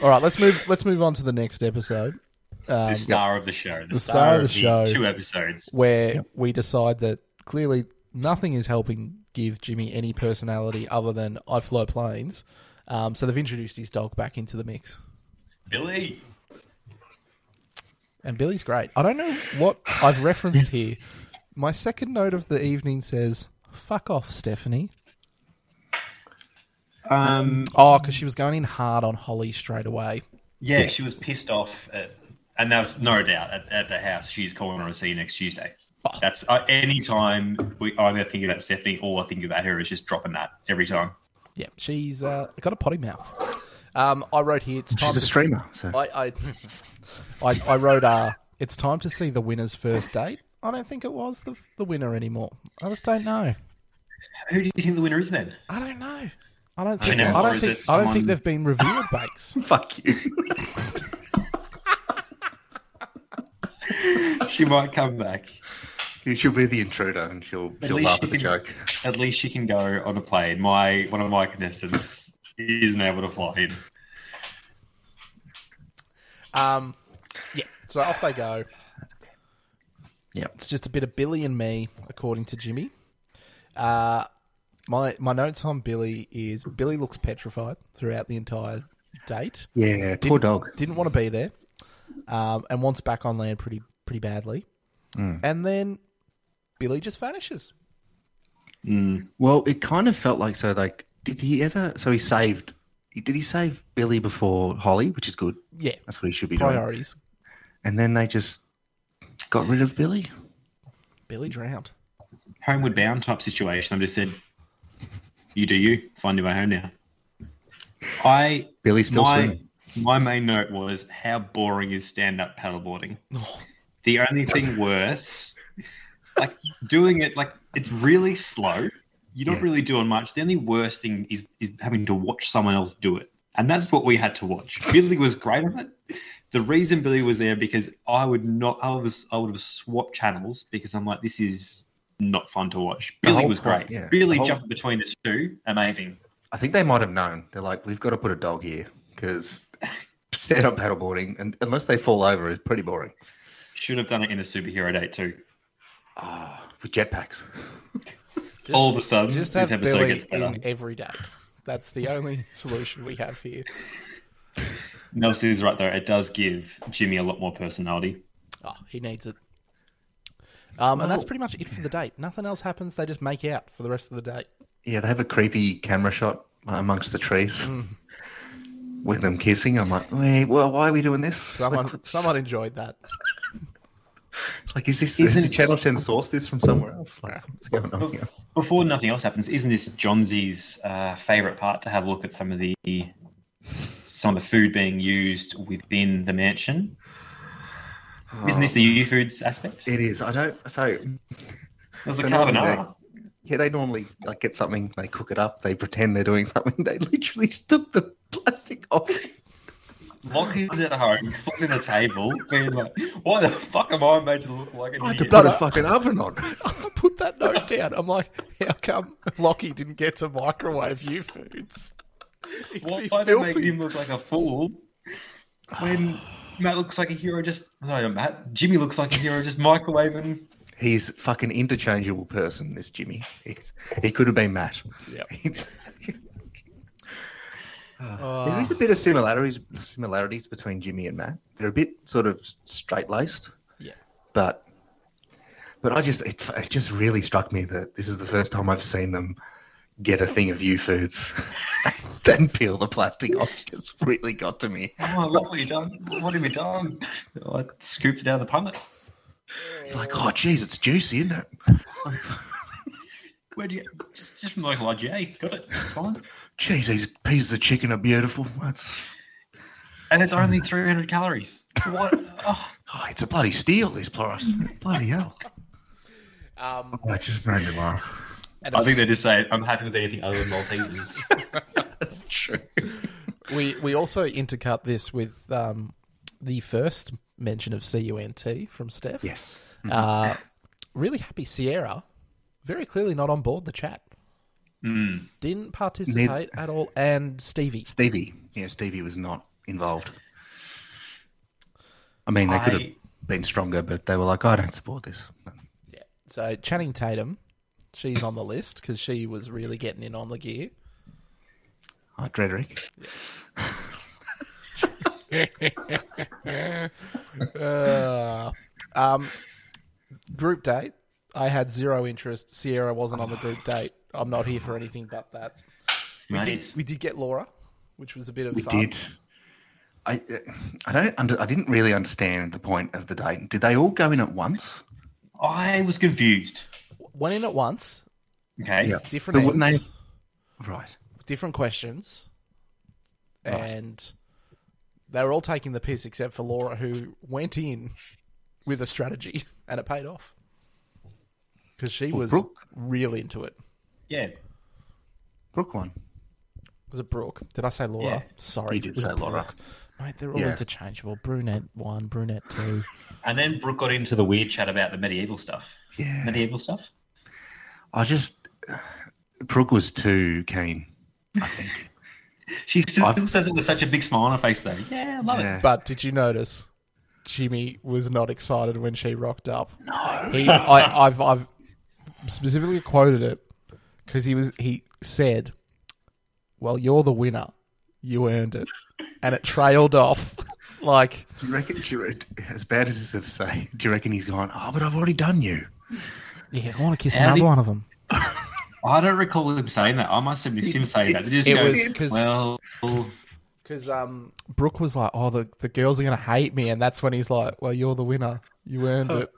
Speaker 3: All right, let's move. Let's move on to the next episode
Speaker 2: The star of the show. The,
Speaker 3: star of Uh, the show.
Speaker 2: Two episodes.
Speaker 3: where we decide that clearly nothing is helping give Jimmy any personality other than I fly planes. Um, so they've introduced his dog back into the mix,
Speaker 2: Billy.
Speaker 3: and Billy's great. I don't know what I've referenced here. My second note of the evening says "fuck off, Stephanie."
Speaker 2: Um,
Speaker 3: Oh, because she was going in hard on Holly straight away.
Speaker 2: yeah, she was pissed off. At, and that's no doubt at, at the house. She's calling her to see you next Tuesday.
Speaker 3: Oh.
Speaker 2: That's uh, any time we, I'm thinking about Stephanie, all I think about her is just dropping that every time.
Speaker 3: Yeah, she's uh, got a potty mouth. Um, I wrote here. It's time
Speaker 4: she's a
Speaker 3: to-
Speaker 4: streamer, so
Speaker 3: I I, I, I wrote. Uh, it's time to see the winner's first date. I don't think it was the the winner anymore. I just don't know.
Speaker 2: Who do you think the winner is then?
Speaker 3: I don't know. I don't think.
Speaker 2: Chanel,
Speaker 3: I
Speaker 2: or
Speaker 3: don't
Speaker 2: is
Speaker 3: think.
Speaker 2: it
Speaker 3: I don't
Speaker 2: someone-
Speaker 3: think they've been revealed, Bakes.
Speaker 4: fuck you.
Speaker 2: She might come back.
Speaker 4: You should be the intruder, and she'll she'll
Speaker 2: least
Speaker 4: laugh
Speaker 2: she
Speaker 4: at the
Speaker 2: can-
Speaker 4: joke.
Speaker 2: At least she can go on a plane. My one of my contestants isn't able to fly in.
Speaker 3: Um, yeah. So off they go.
Speaker 4: Yeah.
Speaker 3: It's just a bit of Billy and me, according to Jimmy. Uh, my my notes on Billy is Billy looks petrified throughout the entire date.
Speaker 4: Yeah, poor dog.
Speaker 3: Didn't want to be there, um, and wants back on land pretty pretty badly.
Speaker 4: Mm.
Speaker 3: And then Billy just vanishes.
Speaker 4: Well, it kind of felt like so. Like, did he ever? So he saved. Did he save Billy before Holly, which is good.
Speaker 3: Yeah,
Speaker 4: That's what he should be doing.
Speaker 3: priorities.
Speaker 4: And then they just got rid of Billy.
Speaker 3: Billy drowned.
Speaker 2: Homeward bound type situation. I'm just said, you do you. Find your way home now. I
Speaker 4: Billy's still
Speaker 2: my
Speaker 4: swimming.
Speaker 2: my main note was how boring is stand up paddleboarding. The only thing worse, like doing it, like it's really slow. You're not
Speaker 4: Yeah.
Speaker 2: really doing much. The only worst thing is is having to watch someone else do it, and that's what we had to watch. Billy was great on it. The reason Billy was there because I would not, I was, I would have swapped channels because I'm like, this is not fun to watch.
Speaker 4: The
Speaker 2: Billy
Speaker 4: whole
Speaker 2: was
Speaker 4: point,
Speaker 2: great.
Speaker 4: yeah. The
Speaker 2: Billy
Speaker 4: whole-
Speaker 2: jumped between the two, amazing.
Speaker 4: I think they might have known. They're like, we've got to put a dog here because stand up paddleboarding, and unless they fall over, is pretty boring.
Speaker 2: Should have done it in a superhero date too.
Speaker 4: Ah, With jetpacks.
Speaker 3: Just-
Speaker 2: All of a sudden,
Speaker 3: just
Speaker 2: this
Speaker 3: have
Speaker 2: episode
Speaker 3: Billy
Speaker 2: gets better.
Speaker 3: in every date. That's the only solution we have here.
Speaker 2: Nelson is right though. It does give Jimmy a lot more personality.
Speaker 3: Oh, he needs it. Um, and
Speaker 4: Oh.
Speaker 3: that's pretty much it for the date. Nothing else happens. They just make out for the rest of the date.
Speaker 4: Yeah, they have a creepy camera shot amongst the trees
Speaker 3: Mm.
Speaker 4: with them kissing. I'm like, wait, well, why are we doing this?
Speaker 3: Someone,
Speaker 4: Like, what's-
Speaker 3: someone enjoyed that.
Speaker 4: it's like, is this is
Speaker 2: Isn't-
Speaker 4: Channel Ten source this from somewhere else? Like, what's going on here?
Speaker 2: Before nothing else happens, isn't this Johnsy's uh, favorite part to have a look at some of the some of the food being used within the mansion? Isn't this the U foods aspect? It
Speaker 4: It is. I don't. So
Speaker 2: was the
Speaker 4: so normally
Speaker 2: carbonara.
Speaker 4: they- yeah, they normally like get something, they cook it up, they pretend they're doing something. They literally just took the plastic off.
Speaker 2: Locke is at home, flipping the table, being like, "Why the fuck am I made to look like an
Speaker 4: I had to
Speaker 2: idiot?"
Speaker 4: put a
Speaker 3: no.
Speaker 4: fucking oven on.
Speaker 3: I put that note down. I'm like, how come Lockie didn't get to microwave you foods? It'd
Speaker 2: Why
Speaker 3: be
Speaker 2: why they make
Speaker 3: filthy.
Speaker 2: him look like a fool when Matt looks like a hero? Just no, not Matt. Jimmy looks like a hero, just microwaving.
Speaker 4: He's a fucking interchangeable person, this Jimmy. He's, he could have been Matt.
Speaker 3: Yep.
Speaker 4: He's- there is a bit of similarities similarities between Jimmy and Matt. They're a bit sort of straight laced,
Speaker 3: Yeah.
Speaker 4: but but I just it, it just really struck me that this is the first time I've seen them get a thing of U foods, then peel the plastic off. Just really got to me.
Speaker 2: Oh, look what you done! What have you done? I scooped it out of the punnet.
Speaker 4: Like, oh, geez, it's juicy, isn't it?
Speaker 2: Where'd you just, just from local IGA? Got it. It's fine.
Speaker 4: Geez, these pieces of chicken are beautiful. That's
Speaker 2: and it's only 300 calories. What? Oh,
Speaker 4: Oh, it's a bloody steal, this Ploros. bloody hell.
Speaker 3: Um,
Speaker 4: That just made me laugh.
Speaker 3: and
Speaker 2: I think they just say, I'm happy with anything other than Maltesers.
Speaker 4: That's true.
Speaker 3: Uh, we we also intercut this with um, the first mention of CUNT from Steph.
Speaker 4: Yes.
Speaker 3: Uh, really happy Sierra. Very clearly not on board the chat. Didn't participate at all. And Stevie.
Speaker 4: Stevie. Yeah, Stevie was not involved. I mean, they could have
Speaker 2: I-
Speaker 4: been stronger, but they were like, I don't support this. But
Speaker 3: Yeah. So Channing Tatum, she's on the list because she was really getting in on the gear.
Speaker 4: Hi, Dredrick.
Speaker 3: Uh, um, group date. I had zero interest. Sierra wasn't on the group date. I'm not here for anything but that.
Speaker 2: nice.
Speaker 3: We did get Laura, which was a bit of
Speaker 4: We
Speaker 3: fun.
Speaker 4: did. I, uh, I don't. Under, I didn't really understand the point of the date. Did they all go in at once?
Speaker 2: I was confused.
Speaker 3: Went in at once.
Speaker 2: Okay.
Speaker 4: Yeah.
Speaker 3: Different
Speaker 4: But wouldn't
Speaker 3: ends,
Speaker 4: Right.
Speaker 3: different questions, and they were all taking the piss except for Laura, who went in with a strategy, and it paid off because she was
Speaker 4: Brooke.
Speaker 3: real into it.
Speaker 2: Yeah.
Speaker 4: Brooke won.
Speaker 3: Was it Brooke? Did I say Laura?
Speaker 2: Yeah.
Speaker 3: Sorry,
Speaker 4: You did
Speaker 3: was it
Speaker 4: say Laura.
Speaker 3: Brooke? Mate, they're all
Speaker 4: Yeah.
Speaker 3: interchangeable. Brunette one, brunette two.
Speaker 2: And then Brooke got into the weird chat about the medieval stuff.
Speaker 4: Yeah.
Speaker 2: Medieval stuff?
Speaker 4: I just uh, Brooke was too keen. I think.
Speaker 2: She still
Speaker 4: I-
Speaker 2: says it with such a big smile on her face, though. Yeah, I love it.
Speaker 4: yeah.
Speaker 3: But did you notice Jimmy was not excited when she rocked up?
Speaker 4: no.
Speaker 3: He, I, I've, I've specifically quoted it because he was he said, "Well, you're the winner. You earned it," and it trailed off. like,
Speaker 4: Do you reckon? Do you, re- as bad as this is to say, do you reckon he's gone? Oh, but I've already done you.
Speaker 3: yeah, I want to kiss
Speaker 2: Andy-
Speaker 3: another one of them.
Speaker 2: I don't recall him saying that. I must have missed him saying that. It, just
Speaker 3: it
Speaker 2: goes,
Speaker 3: was- 'cause-
Speaker 2: well,
Speaker 3: Because um, Brooke was like, "Oh, the the girls are gonna hate me," and that's when he's like, "Well, you're the winner. You earned it."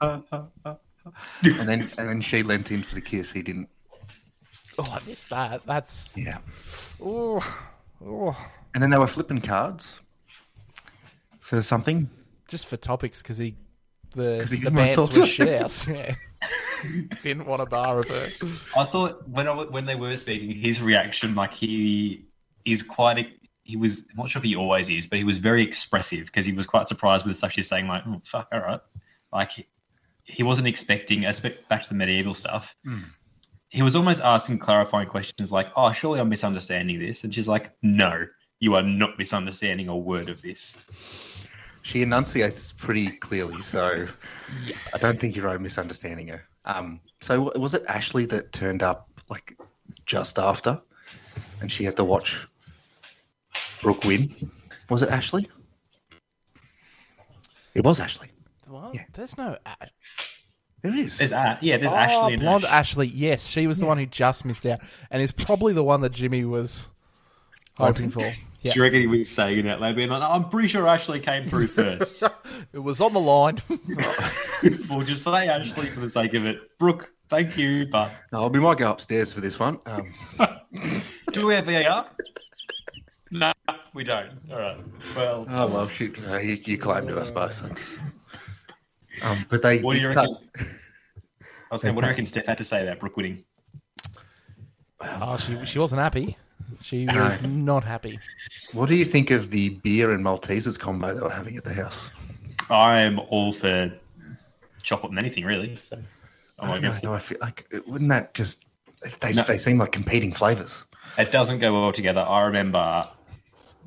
Speaker 4: And then and then she leant in for the kiss. He didn't.
Speaker 3: Oh, I missed that. That's
Speaker 4: Yeah.
Speaker 3: oh, oh.
Speaker 4: And then they were flipping cards for something.
Speaker 3: just for topics because he the,
Speaker 4: he
Speaker 3: the
Speaker 4: didn't wanna
Speaker 3: bands
Speaker 4: talk
Speaker 3: were
Speaker 4: to
Speaker 3: shit house. Yeah, didn't want a bar of it.
Speaker 2: I thought when I, when they were speaking, his reaction, like he is quite, e, he was, I'm not sure if he always is, but he was very expressive because he was quite surprised with stuff she's saying, like, oh, fuck, all right. Like, he, he wasn't expecting, as back back to the medieval stuff, he was almost asking clarifying questions like, oh, surely I'm misunderstanding this. And she's like, no, you are not misunderstanding a word of this.
Speaker 4: She enunciates pretty clearly, so I don't think you're misunderstanding her. Um, so w- was it Ashley that turned up like just after, and she had to watch Brooke win? Was it Ashley? It was Ashley.
Speaker 3: Well,
Speaker 4: Yeah.
Speaker 3: there's no a-
Speaker 4: There is.
Speaker 2: There's a yeah, there's
Speaker 3: oh,
Speaker 2: Ashley and
Speaker 3: blonde
Speaker 2: Ash.
Speaker 3: Ashley. Yes, she was the one who just missed out, and is probably the one that Jimmy was hoping for. Yeah,
Speaker 2: Do you reckon he was saying it out loud, being like, "I'm pretty sure Ashley came through first.
Speaker 3: it was on the line.
Speaker 2: we'll just say Ashley for the sake of it." Brooke, thank you, but
Speaker 4: No, we might go upstairs for this one. Um,
Speaker 2: do we have VAR? no, we don't. All right. Well,
Speaker 4: oh well, shoot, uh, you, you claimed it, I suppose. That's- Um, but they
Speaker 2: what do
Speaker 4: did
Speaker 2: you
Speaker 4: cut.
Speaker 2: reckon? I was going. What do you reckon Steph had to say about Brooke winning?
Speaker 3: oh, she she wasn't happy. She
Speaker 4: No.
Speaker 3: was not happy.
Speaker 4: What do you think of the beer and Maltesers combo they were having at the house?
Speaker 2: I'm all for chocolate and anything really. So I'm
Speaker 4: I don't
Speaker 2: against it.
Speaker 4: know. I feel like wouldn't that just they
Speaker 2: Oh, No.
Speaker 4: they seem like competing flavors?
Speaker 2: It doesn't go well together. I remember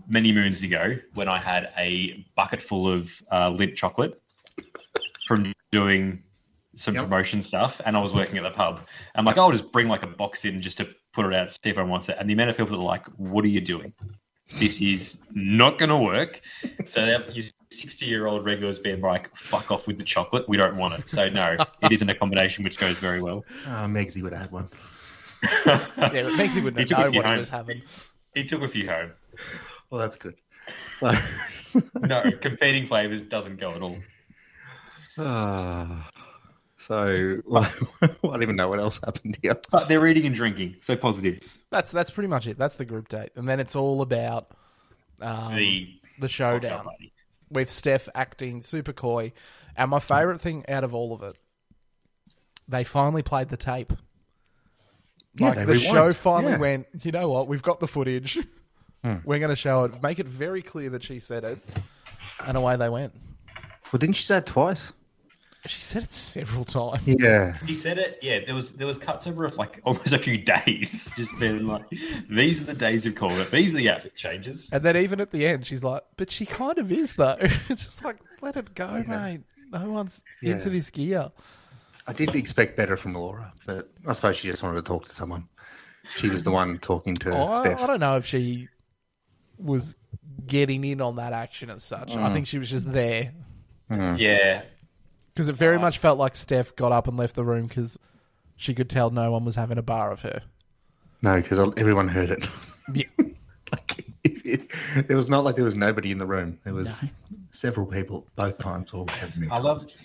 Speaker 2: many moons ago when I had a bucket full of uh, lint chocolate from doing some
Speaker 4: Yep.
Speaker 2: promotion stuff, and I was working at the pub. I'm like, I'll just bring like a box in just to put it out, see if everyone wants it. And the amount of people that are like, "What are you doing? This is not going to work." So that your 60 year old regulars being like, "Fuck off with the chocolate. We don't want it." So no, it is an accommodation which goes very well.
Speaker 4: Uh, Megsy would have had one.
Speaker 3: Yeah, but Megsy
Speaker 2: He
Speaker 3: wouldn't
Speaker 2: took
Speaker 3: have
Speaker 2: a
Speaker 3: known
Speaker 2: few
Speaker 3: what he
Speaker 2: home.
Speaker 3: was having.
Speaker 2: He took a few home.
Speaker 4: Well, that's good. So,
Speaker 2: No, competing flavors doesn't go at all.
Speaker 4: Ah. so well, I don't even know what else happened here.
Speaker 2: But they're eating and drinking, so positives.
Speaker 3: That's that's pretty much it. That's the group date, and then it's all about um,
Speaker 2: the Cocktail
Speaker 3: the showdown
Speaker 2: party.
Speaker 3: with Steph acting super coy. And my favorite thing out of all of it, they finally played the tape.
Speaker 4: Yeah,
Speaker 3: Like
Speaker 4: they
Speaker 3: the
Speaker 4: rewind.
Speaker 3: show finally
Speaker 4: Yeah. Hmm.
Speaker 3: went, you know what? We've got the footage. We're going to show it. Make it very clear that she said it. And away they went.
Speaker 4: Well, didn't she say it twice?
Speaker 3: She said it several times.
Speaker 4: Yeah.
Speaker 2: He said it. Yeah, there was there was cuts over of like almost a few days, just being like, these are the days you've called it. These are the outfit changes.
Speaker 3: And then even at the end, she's like, "But she kind of is though." it's just like, let it go, mate. No one's
Speaker 4: Yeah.
Speaker 3: into this gear.
Speaker 4: I did expect better from Laura, but I suppose she just wanted to talk to someone. She was the one talking to
Speaker 3: I,
Speaker 4: Steph.
Speaker 3: I don't know if she was getting in on that action as such.
Speaker 4: Mm.
Speaker 3: I think she was just there
Speaker 2: Yeah,
Speaker 3: because it very much felt like Steph got up and left the room because she could tell no one was having a bar of her.
Speaker 4: No, because everyone heard it.
Speaker 3: Yeah.
Speaker 4: like, it, it. It was not like there was nobody in the room. There was several people both times or however many
Speaker 2: I love.
Speaker 4: times.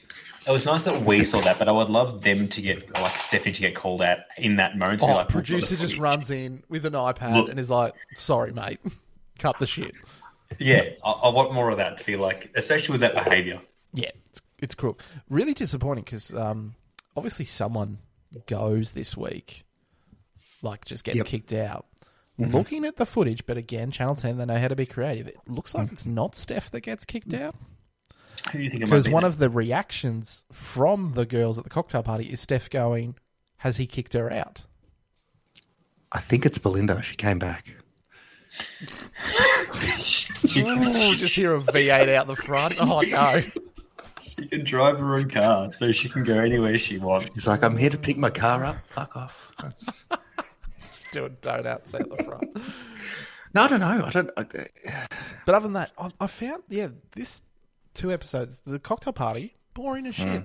Speaker 2: It was nice that we saw that, but I would love them to get like Stephanie to get called out in that moment. To be
Speaker 3: Oh,
Speaker 2: like, "We've got
Speaker 3: producer
Speaker 2: the
Speaker 3: just
Speaker 2: footage."
Speaker 3: runs in with an iPad
Speaker 2: Look.
Speaker 3: and is like, "Sorry, mate, cut the shit."
Speaker 2: Yeah, I, I want more of that to be like, especially with that behaviour.
Speaker 3: Yeah, it's, it's cruel. Really disappointing because um, obviously someone goes this week, like just gets
Speaker 4: Yep.
Speaker 3: kicked out. Looking at the footage, but again, Channel Ten they know how to be creative. It looks like it's not Steph that gets kicked out
Speaker 2: Who do you think? it might
Speaker 3: because
Speaker 2: be
Speaker 3: one
Speaker 2: then?
Speaker 3: of the reactions from the girls at the cocktail party is Steph going, "Has he kicked her out?"
Speaker 4: I think it's Belinda. She came back.
Speaker 3: Ooh, just hear a V eight out the front. Oh no!
Speaker 2: she can drive her own car, so she can go anywhere she wants.
Speaker 4: He's like, I'm here to pick my car up. Fuck off. That's...
Speaker 3: Just doing donuts out the front.
Speaker 4: No, I don't know. I don't. I,
Speaker 3: But other than that, I, I found yeah, this two episodes, the cocktail party, boring as shit.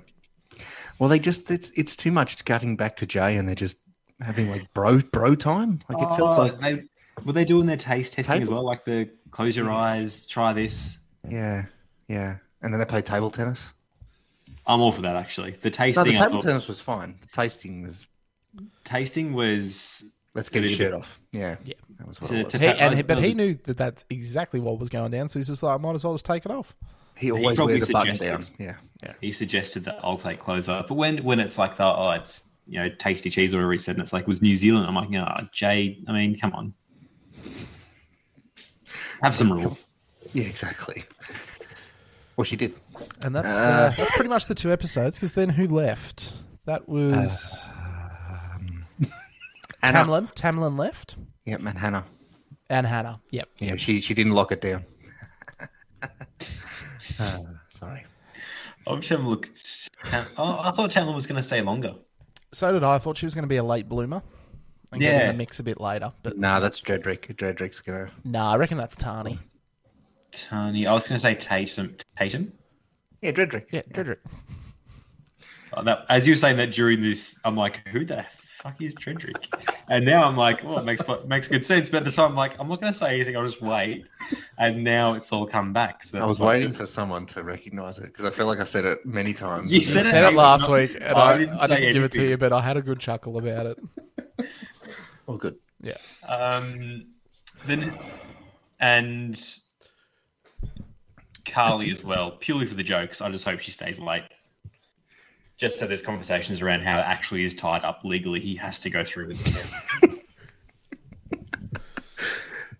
Speaker 4: well, they just it's it's too much cutting back to Jay, and they're just having like bro bro time. Like it feels like
Speaker 2: they were they doing their Oh. taste testing
Speaker 4: Table-
Speaker 2: as well, like the close your eyes, try this.
Speaker 4: yeah, yeah. And then they play table tennis.
Speaker 2: I'm all for that actually. The
Speaker 4: No, the
Speaker 2: tasting, I
Speaker 4: table
Speaker 2: thought-
Speaker 4: tennis was fine. The tasting was
Speaker 2: tasting was
Speaker 4: let's get his
Speaker 2: Yeah.
Speaker 4: shirt off. Yeah,
Speaker 3: Yeah.
Speaker 4: That was what
Speaker 2: To-
Speaker 4: it was.
Speaker 2: to-
Speaker 3: He,
Speaker 2: That-
Speaker 3: and
Speaker 2: I-
Speaker 3: he- but
Speaker 2: that
Speaker 3: he
Speaker 2: was-
Speaker 3: knew that that's exactly what was going down, so he's just like, I might as well just take it off.
Speaker 4: He always
Speaker 2: probably
Speaker 4: wears a button down.
Speaker 2: suggested-
Speaker 4: Yeah.
Speaker 2: he suggested that I'll take clothes off. But when when it's like that, oh, it's you know tasty cheese or whatever he said, and it's like it was New Zealand. I'm like, ah, Jay. I mean, come on, have some rules.
Speaker 4: Yeah, exactly. Well, she did.
Speaker 3: And that's uh,
Speaker 4: Uh.
Speaker 3: that's pretty much the two episodes. Because then who left? That was
Speaker 4: Hannah.
Speaker 3: Tamlin. Tamlin left,
Speaker 4: Yeah, man, Hannah.
Speaker 3: and Hannah. Yep.
Speaker 4: Yeah, she she didn't lock it down. uh, sorry.
Speaker 2: I'm sure I'm look. Oh, I thought Tamlin was going to stay longer.
Speaker 3: So did I. I thought she was going to be a late bloomer and get in
Speaker 2: Yeah.
Speaker 3: the mix a bit later. But
Speaker 4: Nah, that's Dredrick. Dredrick's gonna.
Speaker 3: nah, I reckon that's Tani.
Speaker 2: Tony, I was going to say Tatum. Tatum.
Speaker 4: Yeah, Dredrick.
Speaker 3: Yeah, Dredrick.
Speaker 2: Oh, that, as you were saying that during this, I'm like, who the fuck is Tredrick? And now I'm like, well, it makes makes good sense. But at the time, I'm like, I'm not going to say anything. I'll just wait. And now it's all come back. So
Speaker 4: I
Speaker 2: that's
Speaker 4: was
Speaker 2: why-
Speaker 4: waiting for someone to recognise it because I feel like I said it many times.
Speaker 2: You
Speaker 3: You
Speaker 2: said it,
Speaker 3: said
Speaker 2: I
Speaker 3: it
Speaker 2: was
Speaker 3: last
Speaker 2: not-
Speaker 3: week, and
Speaker 2: I
Speaker 3: I, I didn't,
Speaker 2: didn't say
Speaker 3: give it to
Speaker 2: anything.
Speaker 3: you, but I had a good chuckle about it.
Speaker 4: Oh, good.
Speaker 3: Yeah.
Speaker 2: Um, then and Carly as well, purely for the jokes. I just hope she stays late. Just so there's conversations around how it actually is tied up legally. He has to go through with this.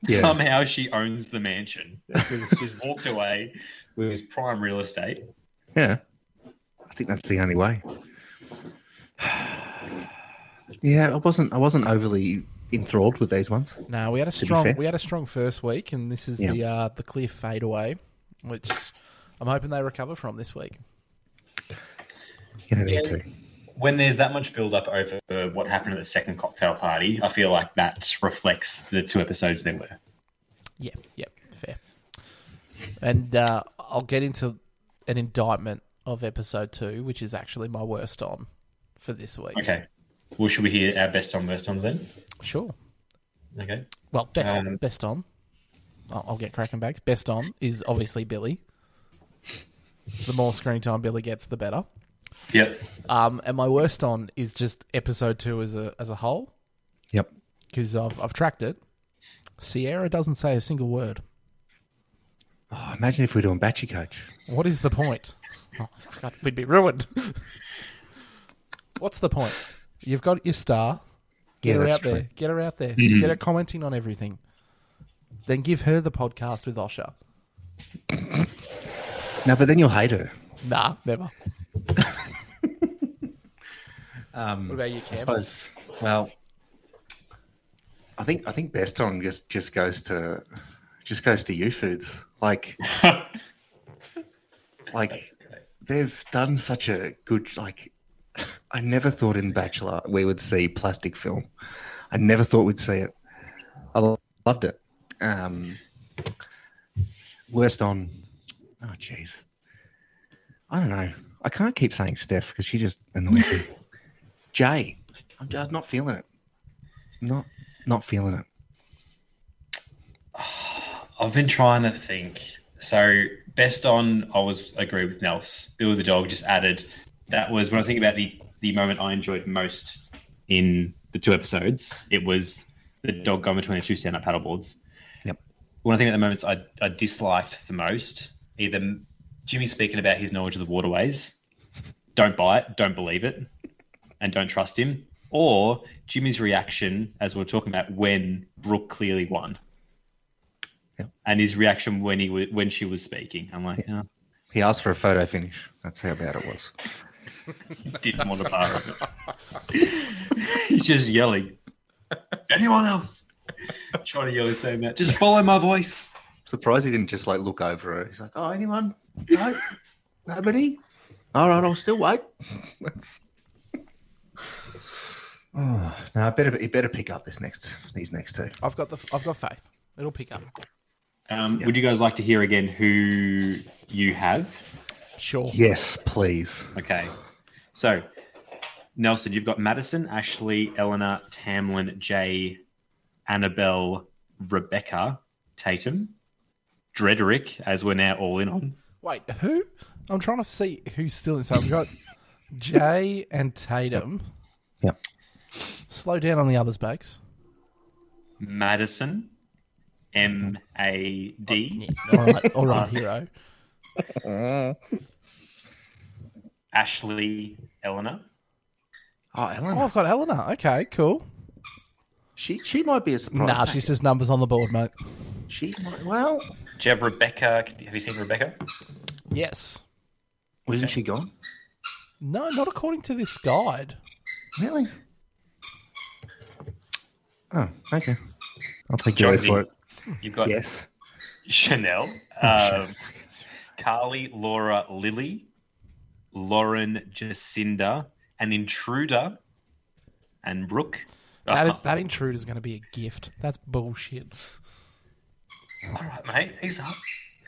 Speaker 4: Yeah.
Speaker 2: Somehow she owns the mansion. because She's walked away with his prime real estate.
Speaker 4: Yeah. I think that's the only way. yeah, I wasn't. I wasn't overly enthralled with these ones.
Speaker 3: No, we had a
Speaker 4: be
Speaker 3: strong
Speaker 4: fair.
Speaker 3: we had a strong first week, and this is
Speaker 4: Yeah.
Speaker 3: the uh, the clear fadeaway, which I'm hoping they recover from this week.
Speaker 4: You don't need
Speaker 2: Yeah.
Speaker 4: to.
Speaker 2: When there's that much build up over uh, what happened at the second cocktail party, I feel like that reflects the two episodes there were.
Speaker 3: Yeah, yeah, fair. And uh, I'll get into an indictment of episode two, which is actually my worst on for this week.
Speaker 2: Okay. Well, should we hear our best on worst ons then?
Speaker 3: Sure.
Speaker 2: Okay.
Speaker 3: Well, best
Speaker 2: Um,
Speaker 3: best on. I'll, I'll get cracking bags. Best on is obviously Billy. The more screen time Billy gets, the better.
Speaker 2: Yep.
Speaker 3: Um, and my worst on is just episode two as a as a whole.
Speaker 4: Yep.
Speaker 3: because I've, I've tracked it. Sierra doesn't say a single word.
Speaker 4: Oh, imagine if we were doing Batchy Coach.
Speaker 3: What is the point? Oh, God, we'd be ruined. What's the point? You've got your star. Get
Speaker 4: Yeah,
Speaker 3: her
Speaker 4: that's
Speaker 3: out there.
Speaker 4: true. Mm-hmm.
Speaker 3: Get her out there. Get her commenting on everything. Then give her the podcast with Osha.
Speaker 4: No, but then you'll hate her.
Speaker 3: Nah, never. what about you,
Speaker 4: Um, I
Speaker 3: Cam?
Speaker 4: suppose. Well, I think I think best on just just goes to just goes to U Foods. Like, like they've done such a good like. I never thought in Bachelor we would see plastic film. I never thought we'd see it. I lo- loved it. Um, worst on. Oh jeez. I don't know. I can't keep saying Steph because she just annoys me. Jay, I'm just not feeling it. Not not feeling it.
Speaker 2: I've been trying to think. So best on, I was agree with Nels. Bill the dog just added. That was when I think about the the moment I enjoyed most in the two episodes. It was the dog going between the two stand up paddleboards.
Speaker 4: Yep.
Speaker 2: One of the things at the moments I, I disliked the most, either Jimmy speaking about his knowledge of the waterways, don't buy it, don't believe it, and don't trust him, or Jimmy's reaction as we we're talking about when Brooke clearly won and his reaction when he w- when she was speaking. I'm like, oh,
Speaker 4: He asked for a photo finish. That's how bad it was.
Speaker 2: didn't want a part of it. He's just yelling. Anyone else? Trying to yell so much. Just follow my voice.
Speaker 4: Surprised he didn't just like look over her. He's like, "Oh, anyone? No, nobody. All right, I'll still wait." oh, no, I better he better pick up this next these next two.
Speaker 3: I've got the. I've got faith. It'll pick up.
Speaker 2: Um, Would you guys like to hear again who you have?
Speaker 3: Sure.
Speaker 4: Yes, please.
Speaker 2: Okay. So, Nelson, you've got Madison, Ashley, Eleanor, Tamlin, Jay, Annabelle, Rebecca, Tatum, Drederick, as we're now all in on.
Speaker 3: Wait, who? I'm trying to see who's still in. So I've got Jay and Tatum.
Speaker 4: Yep.
Speaker 3: Slow down on the others, Bakes.
Speaker 2: Madison, M A D,
Speaker 3: All right, all right, hero.
Speaker 4: Uh-huh.
Speaker 2: Ashley, Eleanor.
Speaker 4: Oh,
Speaker 3: Oh,
Speaker 4: Ellen,
Speaker 3: I've got Eleanor. Okay, cool.
Speaker 4: she she might be a surprise.
Speaker 3: Nah, she's just numbers on the board, mate.
Speaker 4: she might. Well,
Speaker 2: Do you have Rebecca? Have you seen Rebecca?
Speaker 3: Yes.
Speaker 4: wasn't she gone?
Speaker 3: No, not according to this guide.
Speaker 4: Really? Oh, okay. I'll take
Speaker 2: your word
Speaker 4: your word
Speaker 2: Jonesy. for
Speaker 4: for
Speaker 2: it.
Speaker 4: it.
Speaker 2: You've got
Speaker 4: Yes.
Speaker 2: Chanel, um, Carly, Laura, Lily, Lauren, Jacinda, an intruder, and Brooke.
Speaker 4: Uh-huh.
Speaker 3: That, that intruder's going to be a gift. That's bullshit.
Speaker 2: All right, mate. He's up.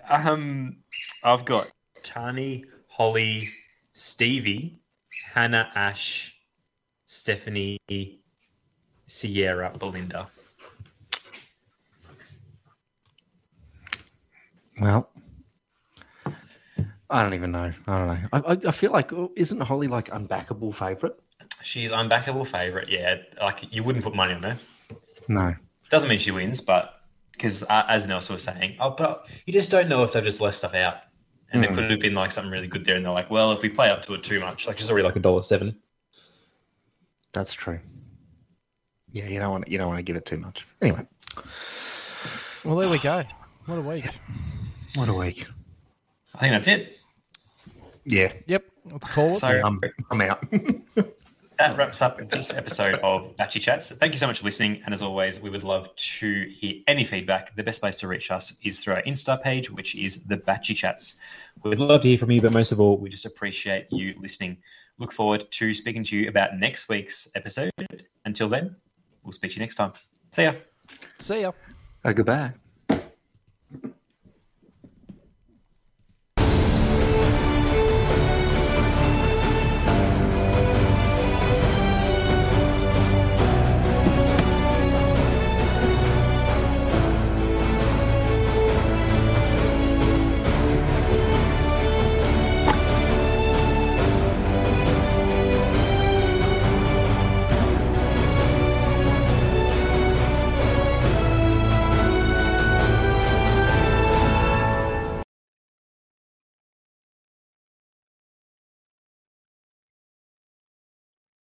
Speaker 2: Um, I've got Tani, Holly, Stevie, Hannah, Ash, Stephanie, Sierra, Belinda.
Speaker 4: Well, I don't even know. I don't know. I, I, I feel like oh, isn't Holly like unbackable favorite?
Speaker 2: She's unbackable favorite. Yeah, like you wouldn't put money on her.
Speaker 4: No.
Speaker 2: Doesn't mean she wins, but because uh, as Nelson was saying, oh, but you just don't know if they've just left stuff out, and there could have been like something really good there, and they're like, well, if we play up to it too much, like she's already like a dollar seven.
Speaker 4: That's true. Yeah, you don't want you don't want to give it too much. Anyway,
Speaker 3: Well, there we go. What a week.
Speaker 4: what a week.
Speaker 2: I think that's it.
Speaker 4: Yeah,
Speaker 3: Yep, let's call it.
Speaker 2: So
Speaker 4: I'm I'm out.
Speaker 2: that wraps up this episode of Batchy Chats. Thank you so much for listening. And as always, we would love to hear any feedback. The best place to reach us is through our Insta page, which is the Batchy Chats. We'd love to hear from you, but most of all, we just appreciate you listening. Look forward to speaking to you about next week's episode. Until then, we'll speak to you next time. See ya.
Speaker 3: See ya.
Speaker 4: oh, goodbye.